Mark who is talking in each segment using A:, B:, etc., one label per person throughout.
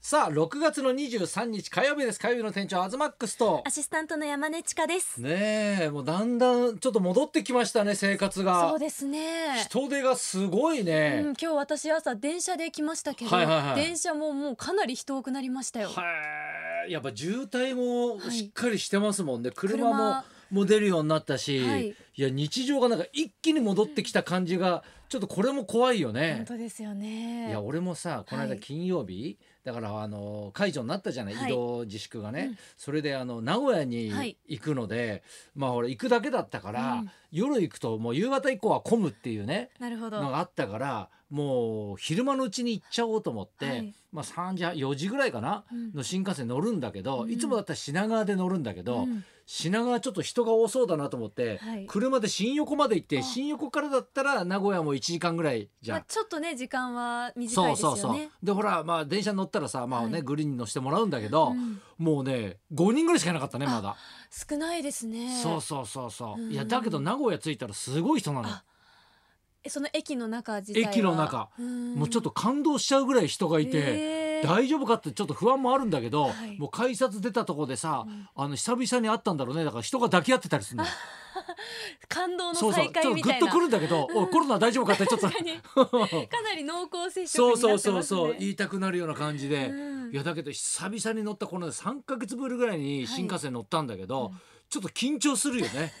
A: さあ6月の23日火曜日です火曜日の店長アズマックスと
B: アシスタントの山根千佳です。
A: ねえもうだんだんちょっと戻ってきましたね生活が
B: そうですね。
A: 人手がすごい
B: うん、
A: ね
B: 今、日私朝電車で来ましたけど、
A: はいはいはい
B: 電車ももうかなり人多くなりましたよ。
A: はいやっぱ渋滞も
B: はい
A: しっかりしてますもんね、車も
B: 車
A: もう出るようになったし、
B: はい
A: い、や日常がなんか一気に戻ってきた感じがちょっとこれも怖いよ
B: 本
A: ね。
B: 当ですよ
A: い
B: ね。
A: や俺もさこの間
B: はい
A: 金曜日、だからあの解除になったじゃない、
B: は
A: 移
B: い
A: 動自粛がね、
B: うん
A: それであの名古屋
B: はい
A: に行くので、まあ俺行くだけだったから、
B: うん
A: 夜行くともう夕方以降は混むっていうね
B: なるほど。
A: のがあったからもう昼間のうちに行っちゃおうと思って、
B: はい
A: まあ3時4時ぐらいかな
B: うん
A: の新幹線乗るんだけど、
B: うん
A: いつもだったら品川で乗るんだけど、
B: うん
A: 品川ちょっと人が多そうだなと思って、
B: はい
A: 車で新横まで行って
B: あ
A: 新横からだったら名古屋も1時間ぐらいじゃ
B: ま
A: ん
B: あ、。ちょっとね時間は短
A: そ
B: いうですよ
A: そ
B: ね。
A: うそうでほらまあ電車に乗ったらさまあね、
B: はい
A: グリーンに乗せてもらうんだけど、
B: うん
A: もうね5人ぐらいしかいなかったねまだ、
B: 少ないですね。
A: そうそうそうそう、
B: うん
A: いやだけど名古屋着いたらすごい人なの
B: あえその駅の中自体は
A: 駅の中、
B: ん
A: もうちょっと感動しちゃうぐらい人がいて、
B: へー
A: 大丈夫かってちょっと不安もあるんだけど、
B: はい
A: もう改札出たとこでさ、
B: うん
A: あの久々に会ったんだろうねだから人が抱き合ってたりするのよ
B: 感動
A: そ
B: の
A: うそう
B: 再
A: ちょっ
B: 会
A: と
B: み
A: グ
B: た
A: ッ
B: い
A: と
B: な。
A: くるんだけど「おいコロナ大丈夫か?」ってちょっ と
B: 確かにかなり濃厚接触に
A: そ
B: な
A: う
B: って
A: そ
B: ま
A: う
B: すね。
A: そうそう言いたくなるような感じで、
B: うん
A: いやだけど久々に乗ったこの3か月ぶりぐらいに新幹線乗ったんだけど、
B: はいうん
A: ちょっと緊張するよ ね。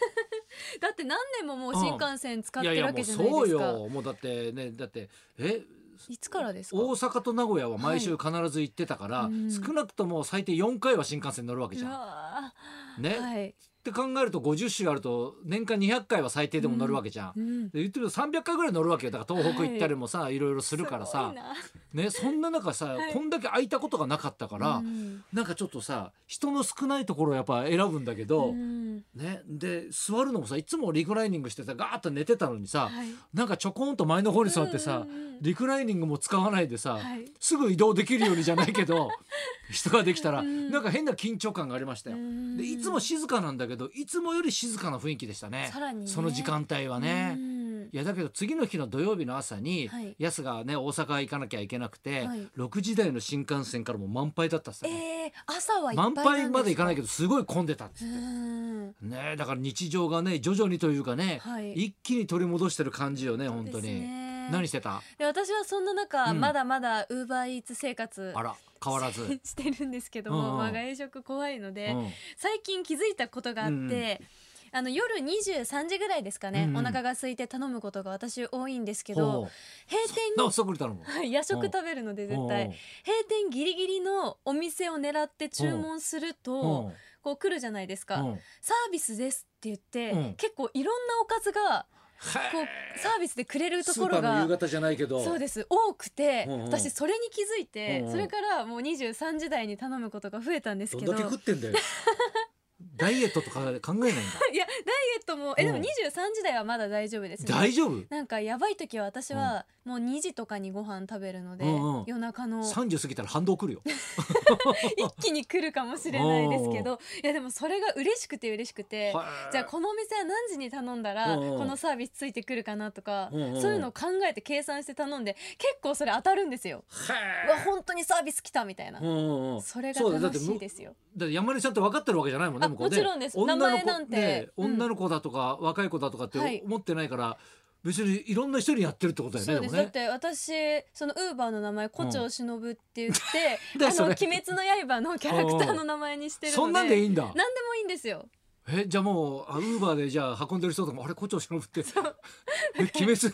B: だって何年ももう新幹線使っ
A: い
B: て
A: やい
B: る
A: や
B: わ
A: も
B: け
A: う
B: じゃないですか。
A: そうよもうだってねだってえ
B: いつからですか。
A: 大阪と名古屋は毎週必ず行ってたから、
B: はいうん
A: 少なくとも最低4回は新幹線乗るわけじ
B: う
A: ゃ
B: わ
A: ん。ね
B: ーはい。
A: って考えると50週あると年間200回は最低でも乗るわけじゃん。
B: うん。
A: で言ってると300回ぐらい乗るわけよだから東北行ったりもさ、い、ろいろするから
B: すご
A: さ
B: い、な
A: ね、そんな中さ、
B: はい
A: こんだけ空いたことがなかったから、
B: うん
A: なんかちょっとさ人の少ないところをやっぱ選ぶんだけど、
B: うん
A: ね、で座るのもさいつもリクライニングしてさガーッと寝てたのにさ、
B: はい。
A: なんかちょこんと前の方に座ってさ、
B: うんうんうん
A: リクライニングも使わないでさ、
B: はい
A: すぐ移動できるようにじゃないけ ど人ができたら、
B: うん
A: なんか変な緊張感がありましたよ。
B: で
A: でいつも静かなんだけどいつもより静かな雰囲気でしたね
B: さらにね
A: その時間帯はね。
B: うん
A: いやだけど次の日の土曜日の朝に、
B: はい
A: ヤスがね大阪行かなきゃいけなくて、
B: はい
A: 6時台の新幹線からもう満杯だったっすよね、
B: えー朝はいっぱい
A: 満杯まで行かないけ
B: け
A: どすごい混んでたっつって、
B: うん。
A: ねえだから日常がね徐々にというかね、
B: はい
A: 一気に取り戻してる感じよね本当
B: です
A: に、
B: ね
A: 何してた
B: で私はそんな中、
A: うん
B: まだまだウーバーイーツ生活
A: あら変わらず、うん、
B: してるんですけど
A: うん
B: も、
A: うん
B: まあ、外食怖いので、最近気づいたことがあって、
A: うんうん
B: あの夜23時ぐらいですかね、
A: うんうん
B: お腹が空いて頼むことが私多いんですけど
A: ほ
B: 閉
A: う
B: 店
A: な遅くれたのも
B: に夜食食べるので絶対閉店ギリギリのお店を狙って注文するとこう来るじゃないですかサービスですって言って、
A: うん
B: 結構いろんなおかずがこうサービスでくれるところ
A: スー
B: が
A: パーの夕方じゃないけど
B: そうです多くて、
A: うんうん
B: 私それに気づいて、
A: うんうん
B: それからもう23時台に頼むことが増えたんです
A: どん
B: け
A: だ
B: ど
A: け食ってん だよダイエットとか考えないんだ
B: いやダイエットもえでも
A: う
B: 23
A: ん
B: 時台はまだ大丈夫ですね
A: 大丈夫
B: なんかやばい時は私はもう2時とかにご飯食べるので、
A: うんうん
B: 夜中の
A: 30過ぎたら反動くるよ
B: 一気に来るかもしれないですけどいやでもそれが嬉しくて嬉しくてじゃあこのお店は何時に頼んだら
A: うんうん
B: このサービスついてくるかなとか
A: うんうん
B: そういうのを考えて計算して頼んで結構それ当たるんですよ。うわ
A: は
B: 本当にサービス来たみたいな
A: うんうんうん
B: それが
A: そうだだっ
B: 楽
A: て
B: しい
A: む
B: ですよ。
A: だって山根ちゃんって分かってるわけじゃないもんね
B: あ
A: 向こうね
B: もちろんです
A: 女の子
B: 名前なんて
A: ね
B: うん
A: 女の子だとか若い子だとかっ
B: はい
A: て思ってないから別にいろんな人にやってるってことだよね
B: そうです、
A: も
B: だっ
A: ね
B: て私そのウーバーの名前胡蝶忍って言 って、
A: うんだ
B: あ
A: そ
B: の
A: れ
B: 鬼滅の刃 のキャラクターの名前にしてるので、
A: そんなんで
B: い
A: いいんだ
B: 何でもいいんですよ。
A: えじゃあもうウーバーでじゃあ運んでる人とかもあれ胡蝶忍ってえ鬼滅の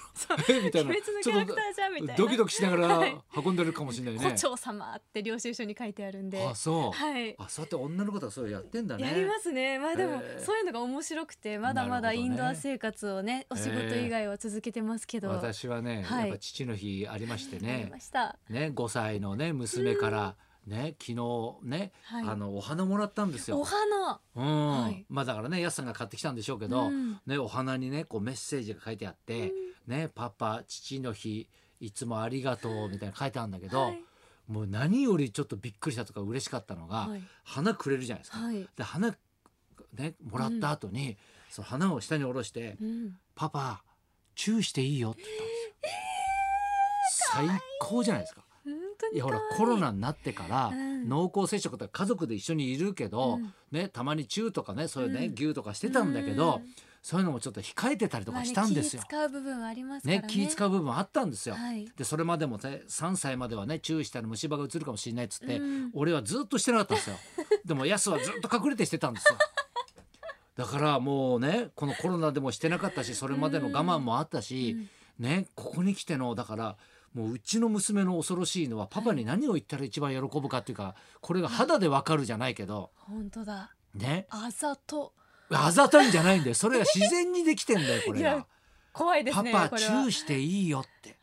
A: えみたい
B: 鬼
A: な
B: 滅のキャラクターじゃんみたいな。
A: ドキドキしなが
B: は
A: ら
B: い
A: 運んでるかもしれないね
B: 胡蝶様って領収書に書いてあるんで、
A: あそう
B: はい。
A: あそうやって女の子とかそうやってんだね
B: やりますね。まあでも、
A: へえ
B: そういうのが面白くて、まだまだ
A: なるほど
B: イ
A: ね
B: ンドア生活をね、お仕事以外は続けてますけど。
A: 私はね、
B: はい
A: やっぱ父の日ありまして
B: あり
A: ね
B: ました。
A: ね5歳のね娘からね昨日ね、
B: はい
A: あのお花もらったんです
B: お
A: よ。
B: 花。
A: うん
B: はい
A: まあだからねやすさんが買ってきたんでしょうけど、
B: うん
A: ね、お花にねこうメッセージが書いてあって「ね、パパ父の日いつもありがとう」みたいなの書いてあるんだけど、
B: はい
A: もう何よりちょっとびっくりしたとか嬉しかったのが、
B: はい
A: 花くれるじゃないですか。
B: はい。
A: で花ねもらった後に、その花を下に下ろして
B: うん。
A: 「パパチューしていいよ」って言ったんですよ。最高じゃないですか。
B: 本当
A: いやほらコロナになってから、
B: うん
A: 濃厚接触とか家族で一緒にいるけど、
B: うん
A: ねたまにチューとかねそういうね、
B: うん
A: 牛とかしてたんだけど、
B: う
A: そういうのもちょっと控えてたりとかしたんですよ
B: ま。あね気使う部分はありますからね
A: ね気使う部分あったんですよ。
B: はい
A: でそれまでもね3歳まではね注意したら虫歯がうつるかもしれないっつって、
B: うん
A: 俺はずっとしてなかったん ですよでもヤスはずっと隠れてしてたんですよだからもうねこのコロナでもしてなかったしそれまでの我慢もあったし、ねここに来てのだからもううちの娘の恐ろしいのはパパに何を言ったら一番喜ぶかっていうかこれが肌でわかるじゃないけど
B: 本当だ
A: ね
B: あざと
A: あざといんじゃないんだよそれが自然にできてんだよこれ
B: いや
A: が。
B: 怖いですね
A: パ
B: こ
A: パ
B: れ
A: チ
B: は
A: ューしていいよって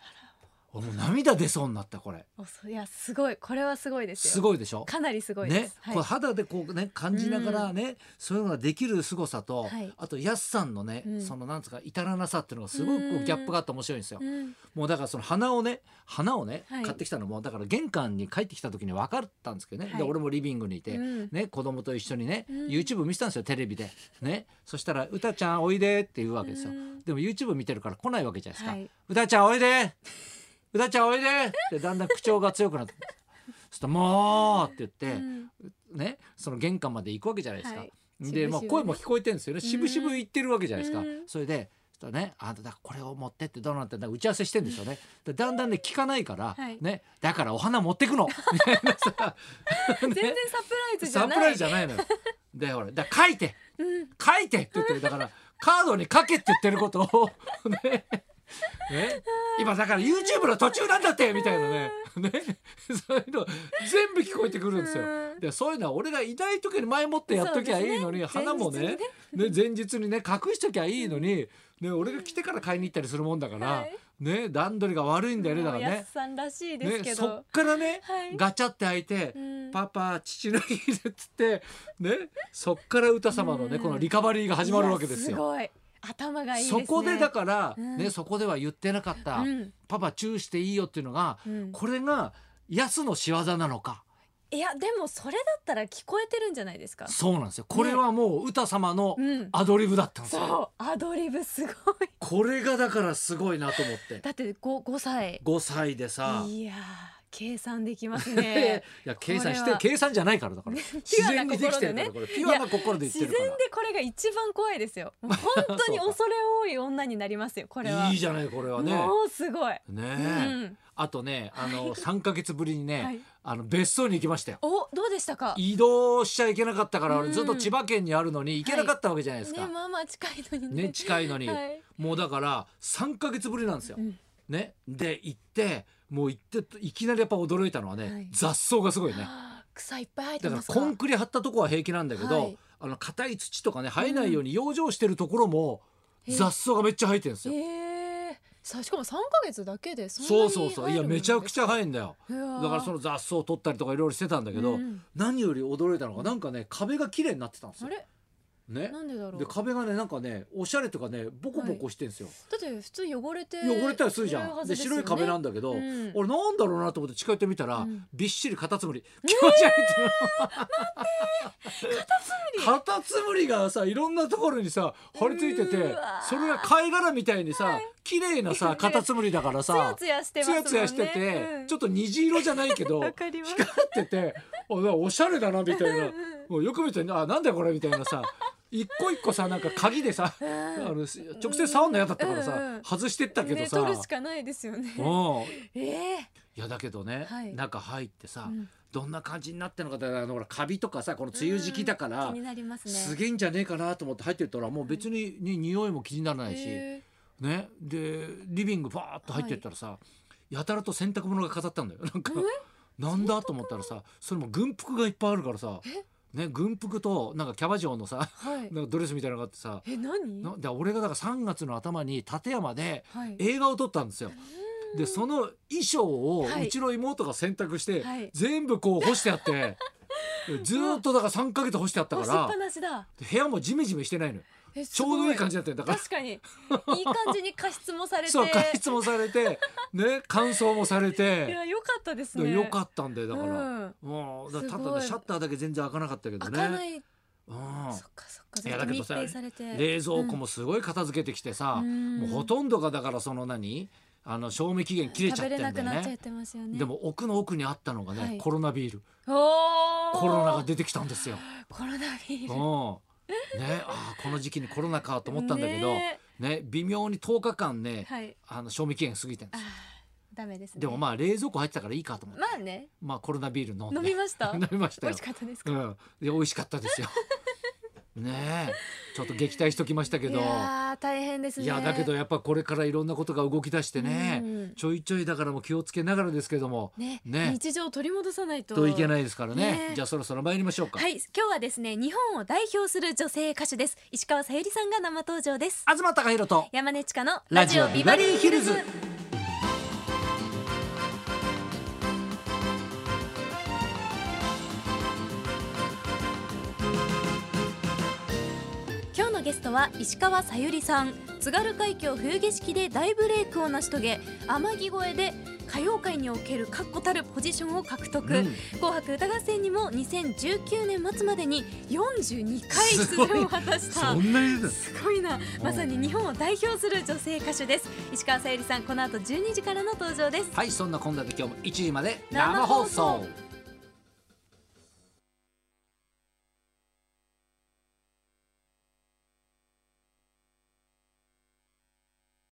A: 俺もう涙出そうになったこれ
B: おそういやすごいこれはすごいですよ
A: すごいでしょ
B: かなりすごいで
A: ね
B: す、
A: これ肌でこうね感じながらね、そういうのができる凄さと、
B: はい
A: あとやすさんのね、
B: うん
A: そのなんつうか至らなさっていうのがすごくこ
B: う
A: うんギャップがあって面白いんですよ、
B: うん
A: もうだからその花をね花をね、
B: はい
A: 買ってきたのもだから玄関に帰ってきた時に分かったんですけどね、
B: はい
A: で俺もリビングにいて、
B: うん
A: ね、子供と一緒にね、
B: うん
A: YouTube 見せたんですよテレビで、ね、そしたら「うたちゃんおいで」って言うわけですよ、
B: うん
A: でも YouTube 見てるから来ないわけじゃないですか「
B: はいう
A: たちゃんおいで!」「うたちゃんおいで!」ってだんだん口調が強くなってそしたら「もう!」って言って。
B: うん
A: ね、その玄関まで行くわけじゃないですか。
B: はい
A: で、まあ、
B: 渋々ね
A: 声も聞こえてるんですよね。
B: うん
A: 渋々言ってるわけじゃないですか。
B: うん
A: それで、そしたらね、あんただからこれを持ってってどうなってんだ打ち合わせしてんでしょうね。でだんだんね、聞かないから、
B: はい
A: ね、だからお花持って くの。みたいなさ
B: 全然
A: ね
B: サプライズじ
A: サ
B: ゃ
A: プ
B: ない
A: ライズじゃないのよ。で、ほら、だから書いて、
B: うん
A: 書いてって言ってる。だから、カードに書けって言ってることを、ね。ね、今だから YouTube の途中なんだってみたいなねねそういうの全部聞こえてくるんですよ。
B: うん
A: でそういうのは俺がいない時に前もってやっときゃいいのに、
B: そうですね
A: 花もねね前日にね隠しときゃいいのに、ね、俺が来てから買いに行ったりするもんだから、
B: はい
A: ね段取りが悪いんだよねだか
B: もう
A: ら
B: や
A: ね
B: すさんらしいです
A: ね
B: け
A: そ
B: ど
A: っからね、
B: はい
A: ガチャって開いて、
B: うん
A: パパ父の日でっつって、ね、そっから歌様のね、
B: うん
A: このリカバリーが始まるわけです
B: いや
A: よ。
B: すごい頭がいいです
A: そ
B: ね
A: こでだから、
B: うん
A: ねそこでは言ってなかった、
B: うん
A: パパチューしていいよっていうのが、
B: うん
A: これがヤスの仕業なのか。
B: いやでもそれだったら聞こえてるんじゃないですか
A: そうなんですよ。これはもう歌様の
B: うん
A: アドリブだったんですよ。
B: そうアドリブすごい
A: これがだからすごいなと思って。
B: だって五五歳
A: 5歳でさ。
B: いやー計算できます
A: い
B: ね
A: や計算し
B: これ
A: て
B: は
A: 計算じゃないからだから自然にできてるからこれピュアな心で言っ
B: 自
A: て
B: 然
A: るか
B: でこれが一番怖いですよもう本当に
A: そうか
B: 恐れ多い女になりますよこれ
A: ら
B: はい
A: いじゃないこれはね
B: もうすごい、
A: ね
B: う
A: え
B: ん、
A: あとねあ の3ヶ月ぶりに
B: は
A: ね
B: い
A: あの別荘に行きましたよ
B: おどうでしたか
A: 移動しちゃいけなかったから俺ずっと
B: うん
A: 千葉県にあるのに行けなかったわけじゃないです
B: ね
A: か
B: まあまあ近いのにね
A: ね近いのに
B: はい
A: もうだから3ヶ月ぶりなんですよ
B: う。ん
A: ね、で行ってもう行っていきなりやっぱ驚いたのはね、
B: はい
A: 雑草がすごいね
B: はあ草いっぱい生えて
A: だか
B: ま
A: ら
B: すか
A: コンクリ張ったとこは平気なんだけど、
B: はい
A: あの硬い土とかね生えないように養生してるところも
B: え
A: 雑草がめっちゃ生えてるんですよ。
B: ええさしかも三ヶ月だけでそんなに
A: そうそうそういやめちゃくちゃ生え
B: い
A: んだよ
B: だ
A: だからそ
B: の
A: の雑草を取ったりとかいろいろしてたんだけど、
B: うん
A: 何より驚いたのがなんかね壁が綺麗になってたんです
B: あ
A: よ。
B: れ
A: ね
B: なんでだろう
A: で壁がねなんかねおしゃれとかねボコボコしてんですよ。
B: だって普通汚れて
A: 汚れたりするじゃん。で白い壁なん
B: だ
A: だけど、
B: うん
A: 俺なんだろうなと思って近寄ってみたら、
B: うん
A: びっしりカタツムリ気持 ち悪いっていうの。カタツムリがさいろんなところにさ張り付いて
B: う
A: て
B: わー
A: それが貝殻みたいにさ綺麗な さカタツムリだから
B: つや
A: さ
B: つやしてま
A: ツ
B: すもん
A: ヤ
B: ね
A: ツヤしてて、
B: うん
A: ちょっと虹色じゃないけど
B: わ
A: 光
B: かります
A: っててあおしゃれだなみたいな
B: うんうん
A: もうよく見てあなんだこれみたいな さ一個一個さなんか鍵でさ、
B: ん
A: あのす直接触んの嫌だったからさ、
B: うんうん
A: 外してったけど
B: ね
A: さ、
B: 取るしかないですよね
A: うん
B: ええ
A: いやだけどね、
B: はい
A: 中入ってさ、
B: うん
A: どんな感じになってるのかだあのほらカビとかさこの梅雨時期だから、
B: 気になりますね
A: すげえんじゃねえかなと思って入ってったらもう別に、に匂いも気にならないし、
B: え
A: ねでリビングバーッと入ってったらさ、やたらと洗濯物が飾ったんだよなんか、なんだと思ったらさそれも軍服がいっぱいあるからさ、ね、軍服となんかキャバ嬢のさ
B: ーはい
A: なんかドレスみたいなのがあってさ
B: え何
A: なで俺がだから3月の頭に立山で
B: はい
A: 映画を撮ったんですよ。でその衣装を
B: はいう
A: ちの妹が洗濯して、
B: はい
A: 全部こう干してあ って、ずーっとだから3ヶ月干してあった
B: 干
A: か
B: しっぱ
A: ら
B: なしだ
A: 部屋もジメジメしてないのよ
B: え
A: ちょうどいい感じ
B: じ
A: だったよだから
B: 確かにいい感じに加湿もされて
A: そう加湿もされてね乾燥もされ
B: い
A: て
B: や良かったです
A: で
B: ね
A: よかったんだよだから、
B: うん
A: もうだから
B: す
A: た
B: ごい
A: だねシャッターだけ全然開かなかったけど
B: 開
A: ね
B: かない
A: うん
B: そっかそっか
A: い
B: ず
A: や
B: っ
A: だ
B: と
A: けど
B: 密
A: さ
B: 閉されて
A: 冷蔵庫もすごい片付けてきてさ、
B: うん
A: もうほとんどがだからその何ああの賞味期限切れちゃ
B: 食
A: って
B: べ
A: んだよ
B: れなくなっちゃっ
A: ね
B: てますよね
A: でも奥の奥にあったのがね、
B: はい
A: コロナビール
B: おー
A: コロナが出てきたんですよ。
B: コロナビール
A: うんね、あーこの時期にコロナかと思ったんだけど、ね
B: ね
A: 微妙に10日間ね、
B: はい
A: あの賞味期限過ぎてんで
B: あ
A: すよ
B: ーダメですね
A: でもまあ冷蔵庫入ってたからいいかと思って、
B: まあね
A: まあコロナビール飲んで
B: 飲みまし た
A: 飲みました
B: 美
A: よ
B: 味し。かったです
A: う
B: か、
A: ん、で美味しかったですよ。ねえちょっと撃退しときましたけど
B: いやー大変ですね
A: いやだけどやっぱこれからいろんなことが動き出してね、
B: うん
A: ちょいちょいだからもう気をつけながらですけども
B: ね
A: ね
B: 日常を取り戻さないと
A: といけないですからね
B: ね
A: じゃあそろそろ参りましょうか、
B: はい今日はですね日本を代表する女性歌手です石川さゆりさんが生登場です
A: 東貴博と
B: 山根千佳の
A: ラジオビバリーヒルズ
B: 今日のゲストは石川さゆりさん津軽海峡冬景色で大ブレイクを成し遂げ天城越えで歌謡界における確固たるポジションを獲得、
A: うん
B: 紅白歌合戦にも2019年末までに42回出場を果たした
A: そんなに
B: すごいなまさに日本を代表する女性歌手です石川さゆりさんこの後12時からの登場です
A: はいそんなこんなで今日も1時まで生放送